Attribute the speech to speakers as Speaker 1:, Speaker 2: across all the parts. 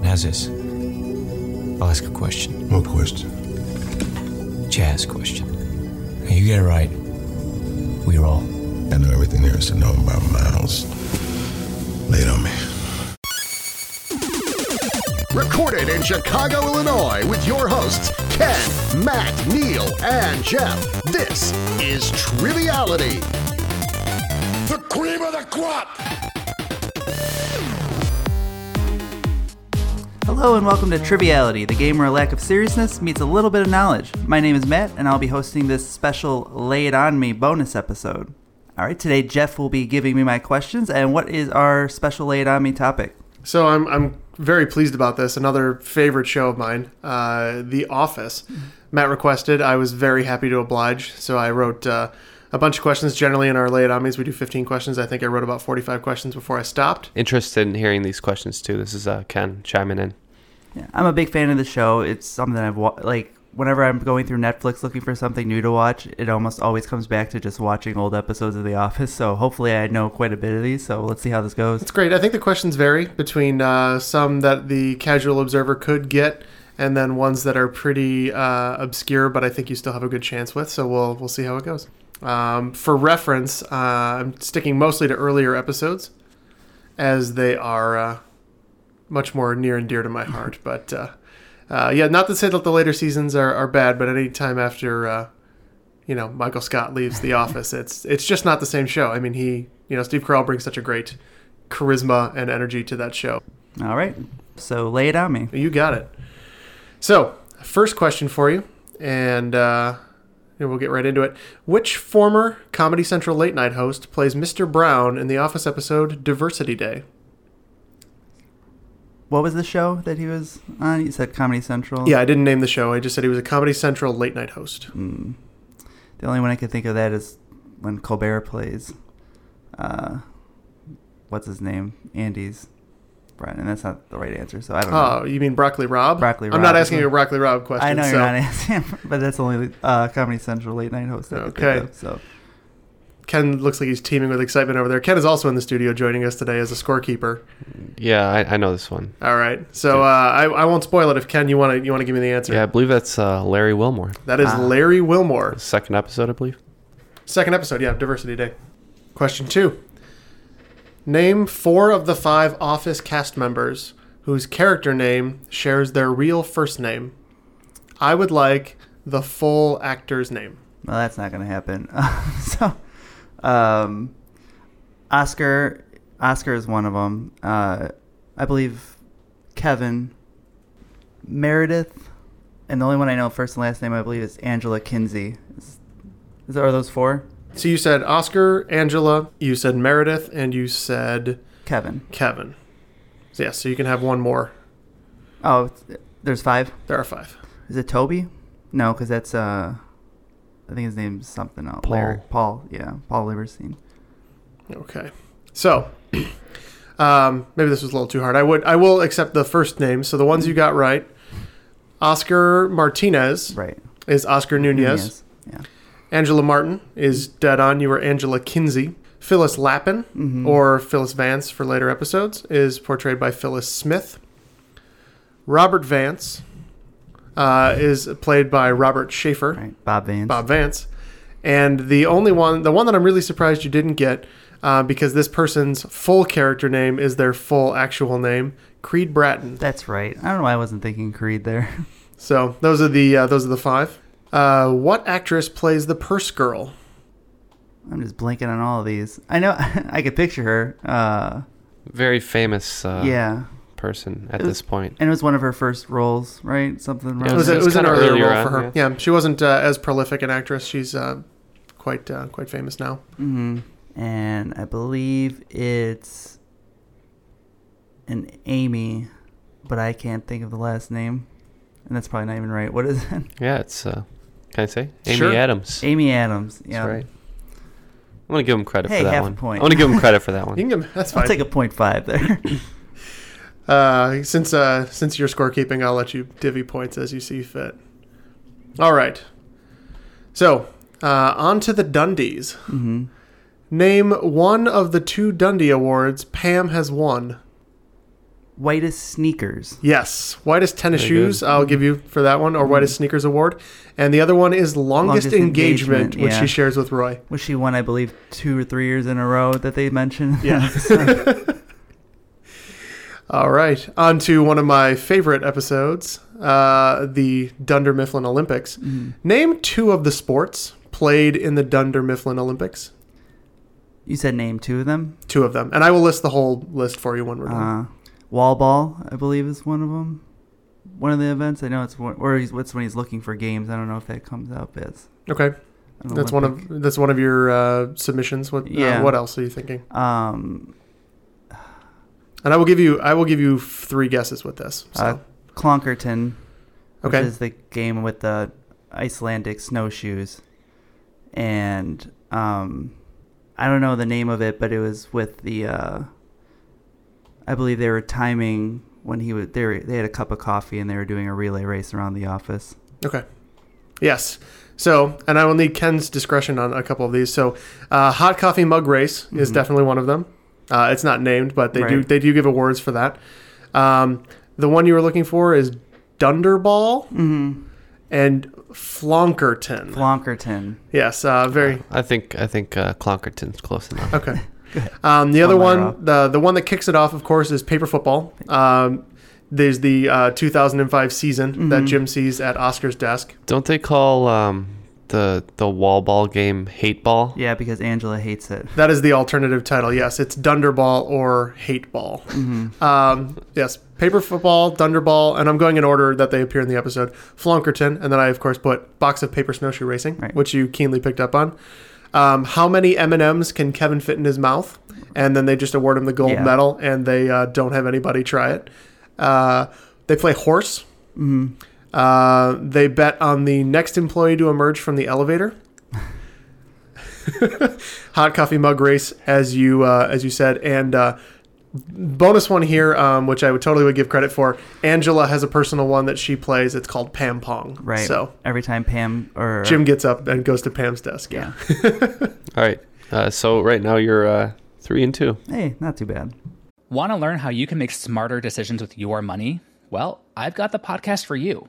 Speaker 1: Nazis. I'll ask a question.
Speaker 2: What question?
Speaker 1: Jazz question. Now, you get it right. We're all.
Speaker 2: I know everything there is to know about Miles. Lay it on me.
Speaker 3: Recorded in Chicago, Illinois, with your hosts, Ken, Matt, Neil, and Jeff. This is Triviality. The cream of the crop!
Speaker 4: Hello and welcome to Triviality, the game where a lack of seriousness meets a little bit of knowledge. My name is Matt, and I'll be hosting this special Lay It On Me bonus episode. All right, today Jeff will be giving me my questions, and what is our special Lay It On Me topic?
Speaker 5: So I'm I'm very pleased about this. Another favorite show of mine, uh, The Office. Matt requested. I was very happy to oblige. So I wrote uh, a bunch of questions. Generally, in our lay it on me's, we do 15 questions. I think I wrote about 45 questions before I stopped.
Speaker 6: interested in hearing these questions too. This is uh, Ken chiming in.
Speaker 4: Yeah, I'm a big fan of the show. It's something I've wa- like whenever I'm going through Netflix looking for something new to watch, it almost always comes back to just watching old episodes of The Office. So hopefully, I know quite a bit of these. So let's see how this goes.
Speaker 5: It's great. I think the questions vary between uh, some that the casual observer could get, and then ones that are pretty uh, obscure, but I think you still have a good chance with. So we'll we'll see how it goes. Um, for reference, uh, I'm sticking mostly to earlier episodes, as they are uh, much more near and dear to my heart. But uh, uh, yeah, not to say that the later seasons are, are bad, but any time after uh, you know Michael Scott leaves The Office, it's it's just not the same show. I mean, he you know Steve Carell brings such a great charisma and energy to that show.
Speaker 4: All right, so lay it on me.
Speaker 5: You got it. So, first question for you, and uh, and we'll get right into it. Which former Comedy Central late night host plays Mr. Brown in the Office episode Diversity Day?
Speaker 4: What was the show that he was on? You said Comedy Central.
Speaker 5: Yeah, I didn't name the show. I just said he was a Comedy Central late night host.
Speaker 4: The only one I can think of that is when Colbert plays, uh, what's his name? Andy's Brian, and that's not the right answer. So I don't know.
Speaker 5: Oh, you mean Broccoli Rob?
Speaker 4: Broccoli
Speaker 5: I'm
Speaker 4: Rob
Speaker 5: not
Speaker 4: is
Speaker 5: asking you a
Speaker 4: one.
Speaker 5: Broccoli Rob question.
Speaker 4: I know you're
Speaker 5: so-
Speaker 4: not answering, but that's the only uh, Comedy Central late night host. I could think
Speaker 5: Okay.
Speaker 4: of, so
Speaker 5: Ken looks like he's teeming with excitement over there. Ken is also in the studio joining us today as a scorekeeper.
Speaker 6: Yeah, I, I know this one.
Speaker 5: All right, so uh, I, I won't spoil it if Ken you want to you want to give me the answer.
Speaker 6: Yeah, I believe that's uh, Larry Wilmore.
Speaker 5: That
Speaker 4: Uh,
Speaker 5: is Larry Wilmore.
Speaker 6: Second episode, I believe.
Speaker 5: Second episode, yeah, Diversity Day. Question two Name four of the five Office cast members whose character name shares their real first name. I would like the full actor's name.
Speaker 4: well, that's not going to happen. so, um, Oscar, Oscar is one of them. Uh, I believe Kevin, Meredith, and the only one I know first and last name I believe is Angela Kinsey. Is, is are those four?
Speaker 5: So you said Oscar, Angela, you said Meredith, and you said
Speaker 4: Kevin.
Speaker 5: Kevin. So yeah, so you can have one more.
Speaker 4: Oh, it's- there's five.
Speaker 5: There are five.
Speaker 4: Is it Toby? No, because that's uh, I think his name's something else.
Speaker 6: Paul.
Speaker 4: Paul. Yeah, Paul Liberstein.
Speaker 5: Okay. So, um, maybe this was a little too hard. I would, I will accept the first name. So the ones you got right, Oscar Martinez
Speaker 4: Right.
Speaker 5: is Oscar Nunez.
Speaker 4: Yeah.
Speaker 5: Angela Martin is dead on. You were Angela Kinsey. Phyllis Lappin
Speaker 4: Mm-hmm.
Speaker 5: or Phyllis Vance for later episodes is portrayed by Phyllis Smith. Robert Vance uh, is played by Robert Schaefer.
Speaker 4: Right. Bob Vance.
Speaker 5: Bob Vance.
Speaker 6: And the only one, the one that I'm really surprised you didn't get, uh, because this person's full character name is their full actual name, Creed Bratton.
Speaker 4: That's right. I don't know why I wasn't thinking Creed there.
Speaker 6: So those are the uh, those are the five. Uh, what actress plays the purse girl?
Speaker 4: I'm just blanking on all of these. I know I could picture her. Uh,
Speaker 5: Very famous uh,
Speaker 4: Yeah.
Speaker 5: person at
Speaker 4: It was-
Speaker 5: this point.
Speaker 4: and it was one of her first roles, right? Something.
Speaker 6: It
Speaker 5: Yeah,
Speaker 6: was,
Speaker 5: It
Speaker 6: it
Speaker 5: was
Speaker 6: was an
Speaker 5: kinda
Speaker 6: earlier
Speaker 5: earlier
Speaker 6: role
Speaker 5: on,
Speaker 6: for her. Yeah, she wasn't uh, as prolific an actress. She's uh, quite uh, quite famous now.
Speaker 4: hmm And I believe it's an Amy, but I can't think of the last name, and that's probably not even right. What is it?
Speaker 5: Yeah, it's, uh, can I say? Amy
Speaker 4: Sure.
Speaker 5: Adams.
Speaker 4: Amy Adams. Yeah.
Speaker 5: That's right. I want to give him credit
Speaker 4: Hey,
Speaker 5: for that
Speaker 4: half a
Speaker 5: one.
Speaker 4: point.
Speaker 5: I want to give him credit for that one.
Speaker 6: You can give- that's
Speaker 4: I'll
Speaker 6: fine.
Speaker 4: take a point five there.
Speaker 6: Uh, since uh, since you're scorekeeping, I'll let you divvy points as you see fit. All right. So uh, on to the Dundies.
Speaker 4: hmm
Speaker 6: Name one of the two Dundee awards Pam has won.
Speaker 4: Whitest sneakers. Mm-hmm.
Speaker 6: Yes, whitest tennis
Speaker 5: Very
Speaker 6: shoes.
Speaker 5: good.
Speaker 6: I'll give you for that one, or whitest sneakers award, and the other one is longest,
Speaker 4: Longest
Speaker 6: engagement,
Speaker 4: engagement,
Speaker 6: which
Speaker 4: yeah.
Speaker 6: she shares with Roy.
Speaker 4: Was she one? I believe two or three years in a row that they mentioned.
Speaker 6: Yeah. All right, on to one of my favorite episodes, uh, the Dunder Mifflin Olympics.
Speaker 4: Mm-hmm.
Speaker 6: Name two of the sports played in the Dunder Mifflin Olympics.
Speaker 4: you said name two of them.
Speaker 6: Two of them, and I will list the whole list for you when we're done.
Speaker 4: Uh, wall ball, I believe, is one of them. One of the events. I know it's one, or he's, it's when he's looking for games. I don't know if that comes up as.
Speaker 6: Okay,
Speaker 4: an
Speaker 6: that's one
Speaker 4: Olympic.
Speaker 6: of that's one of your uh, submissions. What
Speaker 4: Yeah.
Speaker 6: uh, what else are you thinking?
Speaker 4: Um,
Speaker 6: And I will give you I will give you three guesses with this. So.
Speaker 4: uh, Clonkerton, which
Speaker 6: Okay.
Speaker 4: is the game with the Icelandic snowshoes, and um, I don't know the name of it, but it was with the. Uh, I believe they were timing when he was they were, they had a cup of coffee and they were doing a relay race around the office.
Speaker 6: Okay. Yes. So, and I will need Ken's discretion on a couple of these. So, uh, hot coffee mug race is
Speaker 4: Mm-hmm.
Speaker 6: definitely one of them. Uh, it's not named, but they do
Speaker 4: Right.
Speaker 6: they do give awards for that. Um, the one you were looking for is Dunderball and Flonkerton.
Speaker 4: Flonkerton.
Speaker 6: yes, uh, very
Speaker 5: I think I think uh, Clonkerton's close enough.
Speaker 6: okay. Um, the other
Speaker 4: One letter
Speaker 6: one, the the one that kicks it off, of course, is paper football. Um, there's the uh, 2005 season
Speaker 4: Mm-hmm.
Speaker 6: that Jim sees at Oscar's desk.
Speaker 5: Don't they call um, the the wall ball game hate ball?
Speaker 4: Yeah, because Angela hates it.
Speaker 6: That is the alternative title. Yes, it's Dunderball or Hate Ball.
Speaker 4: Mm-hmm.
Speaker 6: Um, yes, paper football, Dunderball, and I'm going in order that they appear in the episode. Flunkerton, and then I of course put box of paper snowshoe racing,
Speaker 4: Right.
Speaker 6: which you keenly picked up on. Um, how many M and M's can Kevin fit in his mouth? And then they just award him the gold
Speaker 4: Yeah.
Speaker 6: medal, and they uh, don't have anybody try it. Uh, they play horse. Uh, they bet on the next employee to emerge from the elevator. Hot coffee mug race, as you uh, as you said, and uh, bonus one here, um, which I would totally would give credit for. Angela has a personal one that she plays. It's called Pam Pong.
Speaker 4: Right.
Speaker 6: So
Speaker 4: every time Pam or
Speaker 6: Jim gets up and goes to Pam's desk.
Speaker 4: Yeah.
Speaker 5: All right. Uh, so right now you're uh, three and two.
Speaker 4: Hey, not too bad.
Speaker 7: Want to learn how you can make smarter decisions with your money? Well, I've got the podcast for you.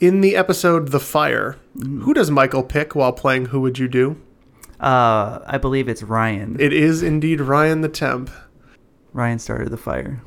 Speaker 6: In the episode The Fire, who does Michael pick while playing Who Would You Do?
Speaker 4: Uh, I believe it's Ryan.
Speaker 6: It is indeed Ryan the Temp.
Speaker 4: Ryan started the fire.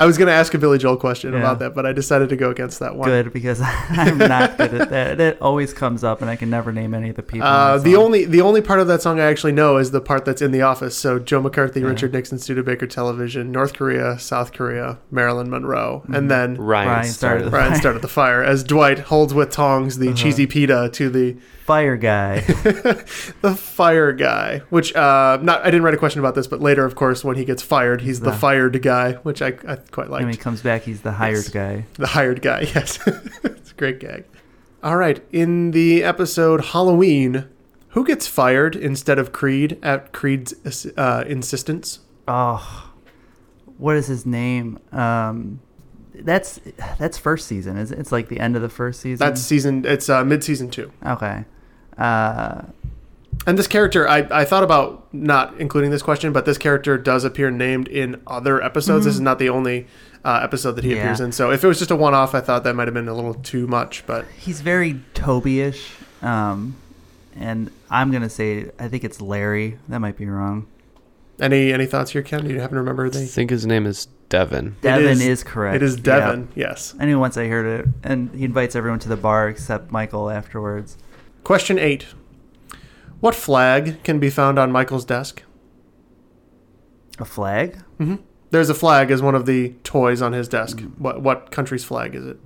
Speaker 4: I was going to ask a Billy Joel question
Speaker 6: Yeah.
Speaker 4: about that, but I decided to go against that one.
Speaker 6: Good because I'm not good at that. It always comes up, and I can never name any of the people. in
Speaker 4: Uh,
Speaker 6: that
Speaker 4: the
Speaker 6: song.
Speaker 4: only the only part of that song I actually know is the part that's in the office. So Joe McCarthy,
Speaker 6: Yeah.
Speaker 4: Richard Nixon, Studebaker Television, North Korea, South Korea, Marilyn Monroe,
Speaker 6: Mhm.
Speaker 4: and then
Speaker 6: Ryan Ryan started started the the
Speaker 4: Ryan
Speaker 6: fire.
Speaker 4: started the fire as Dwight holds with tongs the cheesy pita to the
Speaker 6: fire guy,
Speaker 4: the fire guy. Which uh, not I didn't write a question about this, but later, of course, when he gets fired, he's the,
Speaker 6: The-
Speaker 4: fired guy, which I, I quite liked.
Speaker 6: And when he comes back, he's the hired guy.
Speaker 4: The hired guy, yes. it's a great gag. All right, in the episode Halloween, who gets fired instead of Creed at Creed's uh, insistence?
Speaker 6: Oh, what is his name? Um, that's that's first season. Is it? It's like the end of the first season.
Speaker 4: That's season. It's uh, mid season two.
Speaker 6: Okay. Uh,
Speaker 4: and this character, I, I thought about not including this question, but this character does appear named in other episodes. This
Speaker 6: Mhm.
Speaker 4: is not the only uh, episode that he
Speaker 6: Yeah.
Speaker 4: appears in. So if it was just a one off, I thought that might have been a little too much. But
Speaker 6: he's very Toby-ish, um, and I'm gonna say I think it's Larry. That might be wrong.
Speaker 4: any any thoughts here, Ken? Do you happen to remember
Speaker 8: I
Speaker 4: the?
Speaker 8: think his name is Devin.
Speaker 6: Devin
Speaker 4: is-
Speaker 6: is, correct.
Speaker 4: it is Devin, yes.
Speaker 6: I knew once I heard it, and he invites everyone to the bar except Michael afterwards.
Speaker 4: Question eight: What flag can be found on Michael's desk?
Speaker 6: A flag?
Speaker 4: hmm There's a flag as one of the toys on his desk. What what country's flag is it?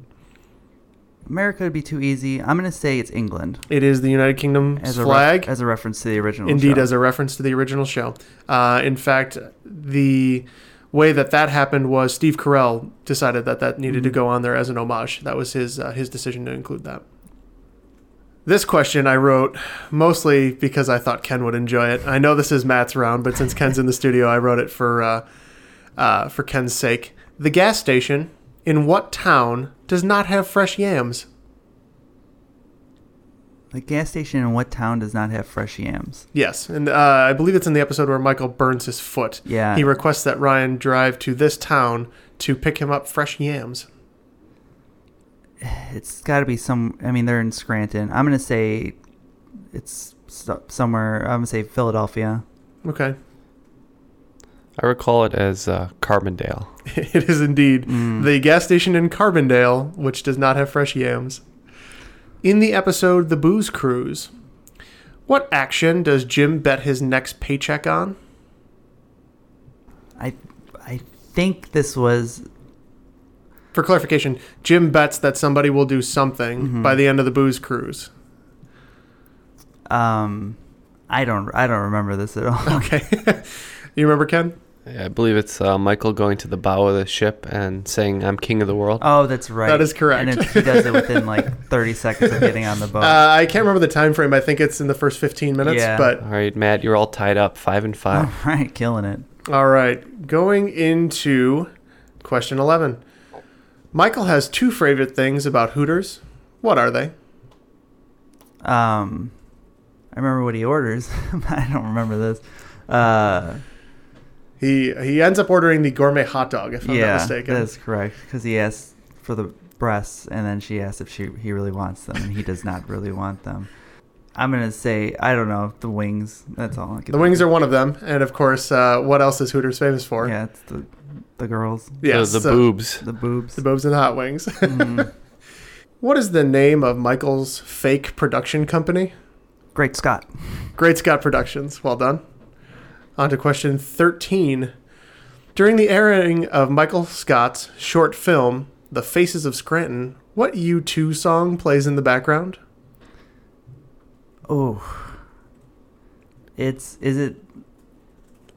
Speaker 6: America would be too easy. I'm gonna say it's England
Speaker 4: It is the United Kingdom's
Speaker 6: as a ref-
Speaker 4: flag.
Speaker 6: as a reference to the original.
Speaker 4: Indeed,
Speaker 6: show.
Speaker 4: as a reference to the original show. Uh, in fact, the way that that happened was Steve Carell decided that that needed to
Speaker 6: Mm-hmm.
Speaker 4: go on there as an homage. That was his uh, his decision to include that. This question I wrote mostly because I thought Ken would enjoy it. I know this is Matt's round, but since Ken's in the studio, I wrote it for uh, uh, for Ken's sake. The gas station in what town does not have fresh yams?
Speaker 6: The gas station in what town does not have fresh yams?
Speaker 4: Yes, and uh, I believe it's in the episode where Michael burns his foot.
Speaker 6: Yeah.
Speaker 4: he requests that Ryan drive to this town to pick him up fresh yams.
Speaker 6: It's got to be some. I mean, they're in Scranton. I'm gonna say it's st- somewhere. I'm gonna say Philadelphia.
Speaker 4: Okay,
Speaker 8: I recall it as uh, Carbondale.
Speaker 4: it is indeed
Speaker 6: Mm.
Speaker 4: the gas station in Carbondale, which does not have fresh yams. In the episode "The Booze Cruise," what action does Jim bet his next paycheck on?
Speaker 6: I I think this was
Speaker 4: For clarification, Jim bets that somebody will do something
Speaker 6: Mhm.
Speaker 4: by the end of the booze cruise.
Speaker 6: um I don't I don't remember this at all.
Speaker 4: Okay. you remember Ken?
Speaker 8: I believe it's uh, Michael going to the bow of the ship and saying, "I'm king of the world."
Speaker 6: Oh, that's right.
Speaker 4: That is correct.
Speaker 6: And it, he does it within like 30 seconds of getting on the boat.
Speaker 4: Uh, I can't remember the time frame. I think it's in the first 15 minutes, but
Speaker 8: all right, Matt, you're all tied up, five and five.
Speaker 6: all right, killing it.
Speaker 4: All right, going into question 11. Michael has two favorite things about Hooters. What are they?
Speaker 6: Um, I remember what he orders. I don't remember this. Uh,
Speaker 4: He he ends up ordering the gourmet hot dog, if I'm not
Speaker 6: yeah,
Speaker 4: mistaken.
Speaker 6: that's correct. Because he asks for the breasts, and then she asks if she he really wants them, and he does not really want them. I'm gonna say I don't know the wings. That's all. I can
Speaker 4: The wings are one of them, and of course, uh, what else is Hooters famous for?
Speaker 6: Yeah, it's the the girls.
Speaker 4: Yes,
Speaker 8: the, the
Speaker 4: so-
Speaker 8: boobs.
Speaker 6: The boobs.
Speaker 4: The boobs and the hot wings.
Speaker 8: Mm-hmm.
Speaker 4: What is the name of Michael's fake production company?
Speaker 6: Great Scott.
Speaker 4: Great Scott Productions. Well done. On to question 13. During the airing of Michael Scott's short film, The Faces of Scranton, what U2 song plays in the background?
Speaker 6: Oh, it's is it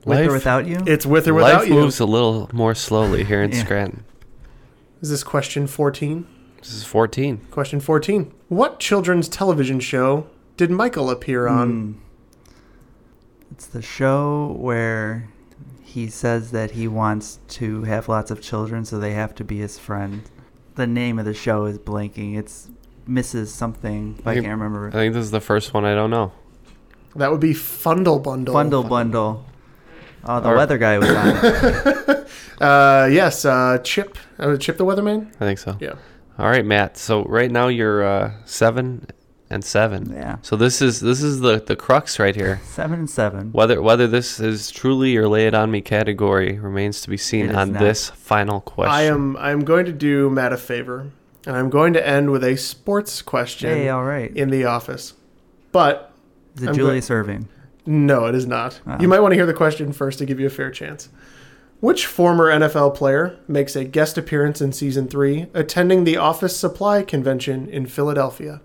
Speaker 6: with
Speaker 8: Life-
Speaker 6: or without you?
Speaker 4: It's With or
Speaker 8: Life
Speaker 4: Without You.
Speaker 8: moves a little more slowly here in
Speaker 6: Yeah.
Speaker 8: Scranton.
Speaker 4: Is this question 14?
Speaker 8: This is 14.
Speaker 4: Question 14. What children's television show did Michael appear
Speaker 8: Hmm.
Speaker 4: on?
Speaker 6: It's the show where he says that he wants to have lots of children, so they have to be his friend. The name of the show is blanking. It's Mrs. Something, but I
Speaker 8: think-
Speaker 6: can't remember.
Speaker 8: I think this is the first one I don't know.
Speaker 4: That would be Fundle Bundle.
Speaker 6: Bundle Bundle. Oh, the
Speaker 8: Or-
Speaker 6: weather guy was on it.
Speaker 4: Uh, yes, uh, Chip. Uh, Chip the Weatherman?
Speaker 8: I think so.
Speaker 4: Yeah.
Speaker 8: All right, Matt. So right now you're uh, seven and seven.
Speaker 6: Yeah.
Speaker 8: So this is this is the the crux right here.
Speaker 6: Seven and seven.
Speaker 8: Whether whether this is truly your lay it on me category remains to be seen
Speaker 6: It is
Speaker 8: on
Speaker 6: not.
Speaker 8: this final question.
Speaker 4: I am I am going to do Matt a favor, and I'm going to end with a sports question.
Speaker 6: Hey, all right.
Speaker 4: In the office, but
Speaker 6: Is it
Speaker 4: I'm
Speaker 6: Julia
Speaker 4: go-
Speaker 6: Serving?
Speaker 4: No, it is not.
Speaker 8: Ah.
Speaker 6: Oh.
Speaker 4: You might want to hear the question first to give you a fair chance. Which former NFL player makes a guest appearance in season three, attending the Office Supply Convention in Philadelphia?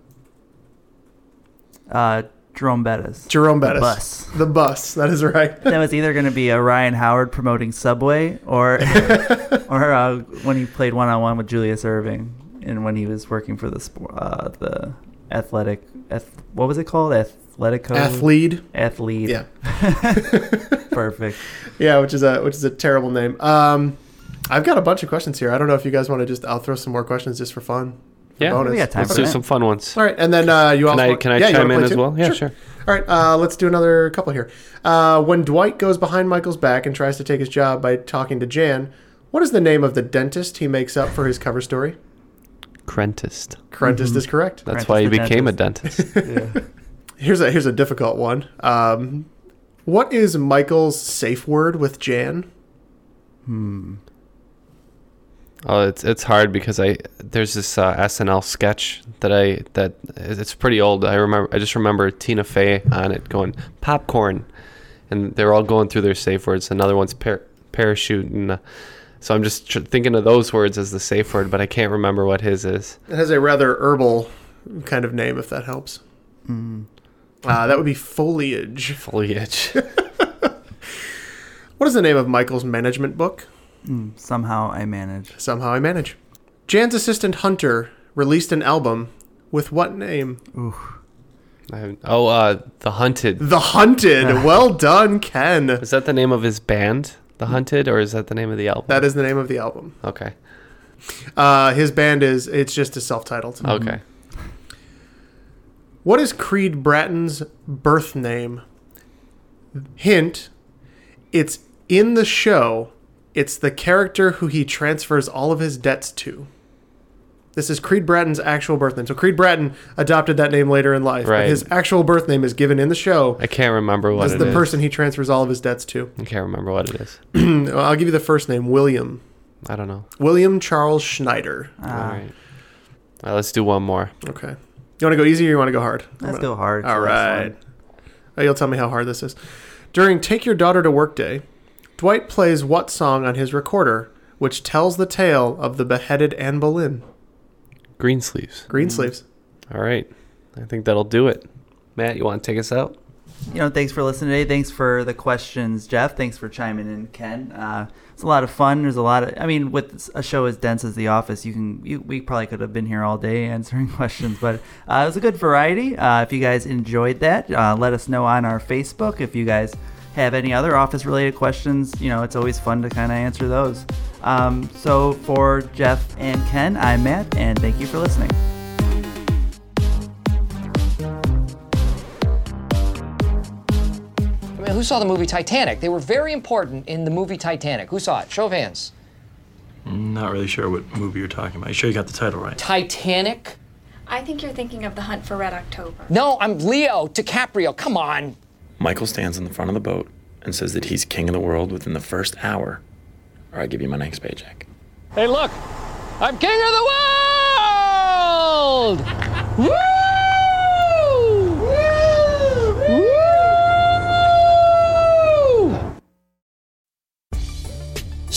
Speaker 6: Uh, Jerome Bettis.
Speaker 4: Jerome
Speaker 6: The
Speaker 4: Bettis.
Speaker 6: bus.
Speaker 4: The bus. That is right.
Speaker 8: Um,
Speaker 6: that was either going to be a Ryan Howard promoting Subway or or uh, when he played one on one with Julius Irving and when he was working for the sp- uh, the athletic ath- what was it called Athletico
Speaker 4: Athlete.
Speaker 6: athlete
Speaker 4: Yeah.
Speaker 6: perfect
Speaker 4: Yeah, which is a which is a terrible name. Um, I've got a bunch of questions here. I don't know if you guys want to just. I'll throw some more questions just for fun. for
Speaker 8: Yeah,
Speaker 4: bonus.
Speaker 8: we got time Let's for do that. some fun ones.
Speaker 4: All right, and then uh, you
Speaker 8: Can
Speaker 4: all
Speaker 8: I- can I
Speaker 4: you
Speaker 8: chime
Speaker 4: wanna
Speaker 8: in
Speaker 4: play
Speaker 8: as
Speaker 4: too?
Speaker 8: well? Yeah, sure.
Speaker 4: All right, uh, let's do another couple here. Uh, when Dwight goes behind Michael's back and tries to take his job by talking to Jan, what is the name of the dentist he makes up for his cover story?
Speaker 8: Crentist.
Speaker 4: Crentist is correct.
Speaker 8: Mm-hmm. That's why he became a dentist.
Speaker 4: Here's a here's a difficult one. Um, what is Michael's safe word with Jan?
Speaker 6: hmm
Speaker 8: Oh, it's it's hard because I there's this uh, SNL sketch that I that it's pretty old. I remember I just remember Tina Fey on it going popcorn, and they're all going through their safe words. Another one's par- parachute, and uh, so I'm just tr- thinking of those words as the safe word, but I can't remember what his is.
Speaker 4: It has a rather herbal kind of name, if that helps. Uh, that would be foliage.
Speaker 8: Hmm. Foliage.
Speaker 4: what is the name of Michael's management book?
Speaker 6: Mm, somehow I manage
Speaker 4: Somehow I manage. Jan's assistant Hunter released an album with what name?
Speaker 8: I haven't- oh, uh, the hunted.
Speaker 4: The Hunted. well done, Ken.
Speaker 8: Is that the name of his band, The Hunted, or is that the name of the album?
Speaker 4: That is the name of the album.
Speaker 8: Okay.
Speaker 4: Uh, his band is it's just a self-titled.
Speaker 8: Okay.
Speaker 4: What is Creed Bratton's birth name? Hint: It's in the show. It's the character who he transfers all of his debts to. This is Creed Bratton's actual birth name. So Creed Bratton adopted that name later in life. but
Speaker 8: Right.
Speaker 4: his actual birth name is given in the show
Speaker 8: I can't remember what
Speaker 4: as
Speaker 8: it
Speaker 4: the
Speaker 8: is.
Speaker 4: person he transfers all of his debts to.
Speaker 8: I can't remember what it is.
Speaker 4: I'll give you the first name, William.
Speaker 8: I don't know.
Speaker 4: William Charles Schneider.
Speaker 8: All right. All right, let's do one more.
Speaker 4: Okay. You want to go easy or you want to go hard? I'm
Speaker 6: Let's
Speaker 4: gonna-
Speaker 6: go hard.
Speaker 4: All
Speaker 6: It's the last
Speaker 4: right. Oh, you'll tell me how hard this is. During Take Your Daughter to Work Day, Dwight plays what song on his recorder, which tells the tale of the beheaded Anne Boleyn?
Speaker 8: Green sleeves.
Speaker 4: Greensleeves.
Speaker 8: All right. I think that'll do it. Matt, you want to take us out?
Speaker 6: you know, thanks for listening today. Thanks for the questions, Jeff. Thanks for chiming in, Ken. Uh, it's a lot of fun. There's a lot of, I mean, with a show as dense as The Office, you can, you, we probably could have been here all day answering questions, but uh, it was a good variety. Uh, if you guys enjoyed that, uh, let us know on our Facebook. If you guys have any other office related questions, you know, it's always fun to kind of answer those. Um, so for Jeff and Ken, I'm Matt, and thank you for listening.
Speaker 9: I mean, who saw the movie Titanic? They were very important in the movie Titanic. Who saw it? Show of hands.
Speaker 10: Not really sure what movie you're talking about. You sure you got the title right?
Speaker 9: Titanic?
Speaker 11: I think you're thinking of The Hunt for Red October.
Speaker 9: No, I'm Leo DiCaprio. Come on.
Speaker 10: Michael stands in the front of the boat and says that he's king of the world within the first hour, or I give you my next paycheck.
Speaker 9: Hey, look, I'm king of the world! Woo!